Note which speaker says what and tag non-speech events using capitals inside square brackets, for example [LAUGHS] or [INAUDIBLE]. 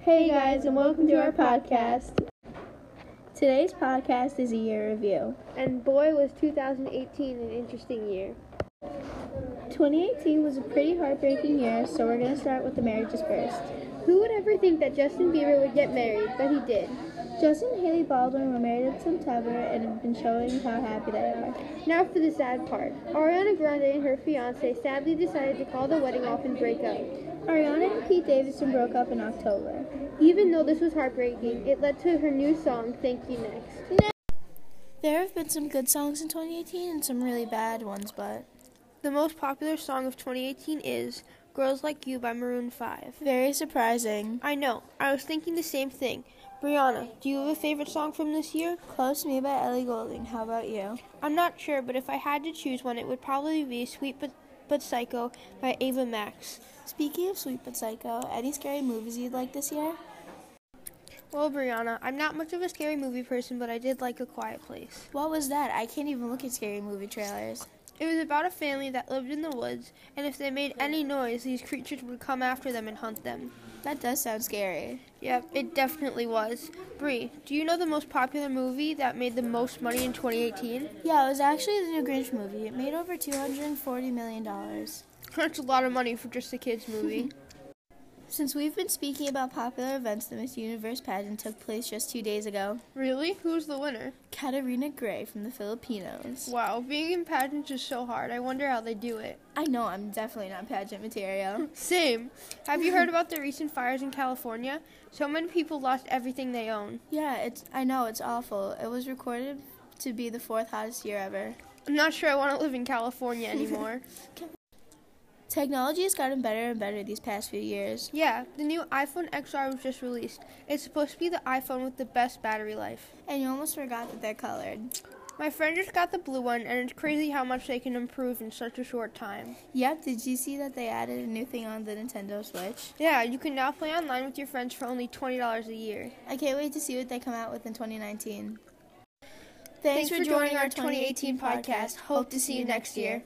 Speaker 1: Hey guys, and welcome to our podcast. Today's podcast is a year review.
Speaker 2: And boy, was 2018 an interesting year.
Speaker 1: 2018 was a pretty heartbreaking year, so we're going to start with the marriages first.
Speaker 2: Who would ever think that Justin Bieber would get married? But he did.
Speaker 1: Justin and Haley Baldwin were married in September and have been showing how happy they are.
Speaker 2: Now for the sad part. Ariana Grande and her fiance sadly decided to call the wedding off and break up.
Speaker 1: Ariana and Pete Davidson broke up in October.
Speaker 2: Even though this was heartbreaking, it led to her new song, Thank You Next.
Speaker 1: There have been some good songs in 2018 and some really bad ones, but
Speaker 2: The most popular song of 2018 is Girls Like You by Maroon 5.
Speaker 1: very surprising.
Speaker 2: I know, I was thinking the same thing. Brianna, do you have a favorite song from this year?
Speaker 1: Close to Me by Ellie Goulding. How about you?
Speaker 2: I'm not sure, but if I had to choose one, it would probably be Sweet But, but Psycho by Ava Max.
Speaker 1: Speaking of Sweet But Psycho, any scary movies you'd like this year?
Speaker 2: Well, Brianna, I'm not much of a scary movie person, but I did like A Quiet Place.
Speaker 1: What was that? I can't even look at scary movie trailers.
Speaker 2: It was about a family that lived in the woods, and if they made any noise, these creatures would come after them and hunt them.
Speaker 1: That does sound scary.
Speaker 2: Yep, it definitely was. Brie, do you know the most popular movie that made the most money in 2018?
Speaker 1: Yeah, it was actually the new Grinch movie. It made over $240 million.
Speaker 2: [LAUGHS] That's a lot of money for just a
Speaker 1: [LAUGHS]
Speaker 2: kids movie.
Speaker 1: Since we've been speaking about popular events, the Miss Universe pageant took place just two days ago.
Speaker 2: really? Who's the winner?
Speaker 1: Katarina Gray from the Filipinos.
Speaker 2: Wow, being in pageants is so hard. I wonder how they do it.
Speaker 1: I know I'm definitely not pageant
Speaker 2: [LAUGHS]
Speaker 1: material.
Speaker 2: Same. Have you
Speaker 1: [LAUGHS]
Speaker 2: heard about the recent fires in California? So many people lost everything they own.
Speaker 1: yeah, it's I know it's awful. It was recorded to be the fourth hottest year ever.
Speaker 2: I'm not sure I want to live
Speaker 1: [LAUGHS]
Speaker 2: in California anymore.
Speaker 1: Technology has gotten better and better these past few years.
Speaker 2: yeah, the new iPhone XR was just released. It's supposed to be the iPhone with the best battery life.
Speaker 1: And you almost forgot that they're colored.
Speaker 2: My friend just got the blue one, and it's crazy how much they can improve in such a short time.
Speaker 1: Yep, did you see that they added a new thing on the Nintendo Switch?
Speaker 2: Yeah, you can now play online with your friends for only $20 a year.
Speaker 1: I can't wait to see what they come out with in 2019.
Speaker 2: Thanks for joining our 2018 podcast. Hope to see you next year.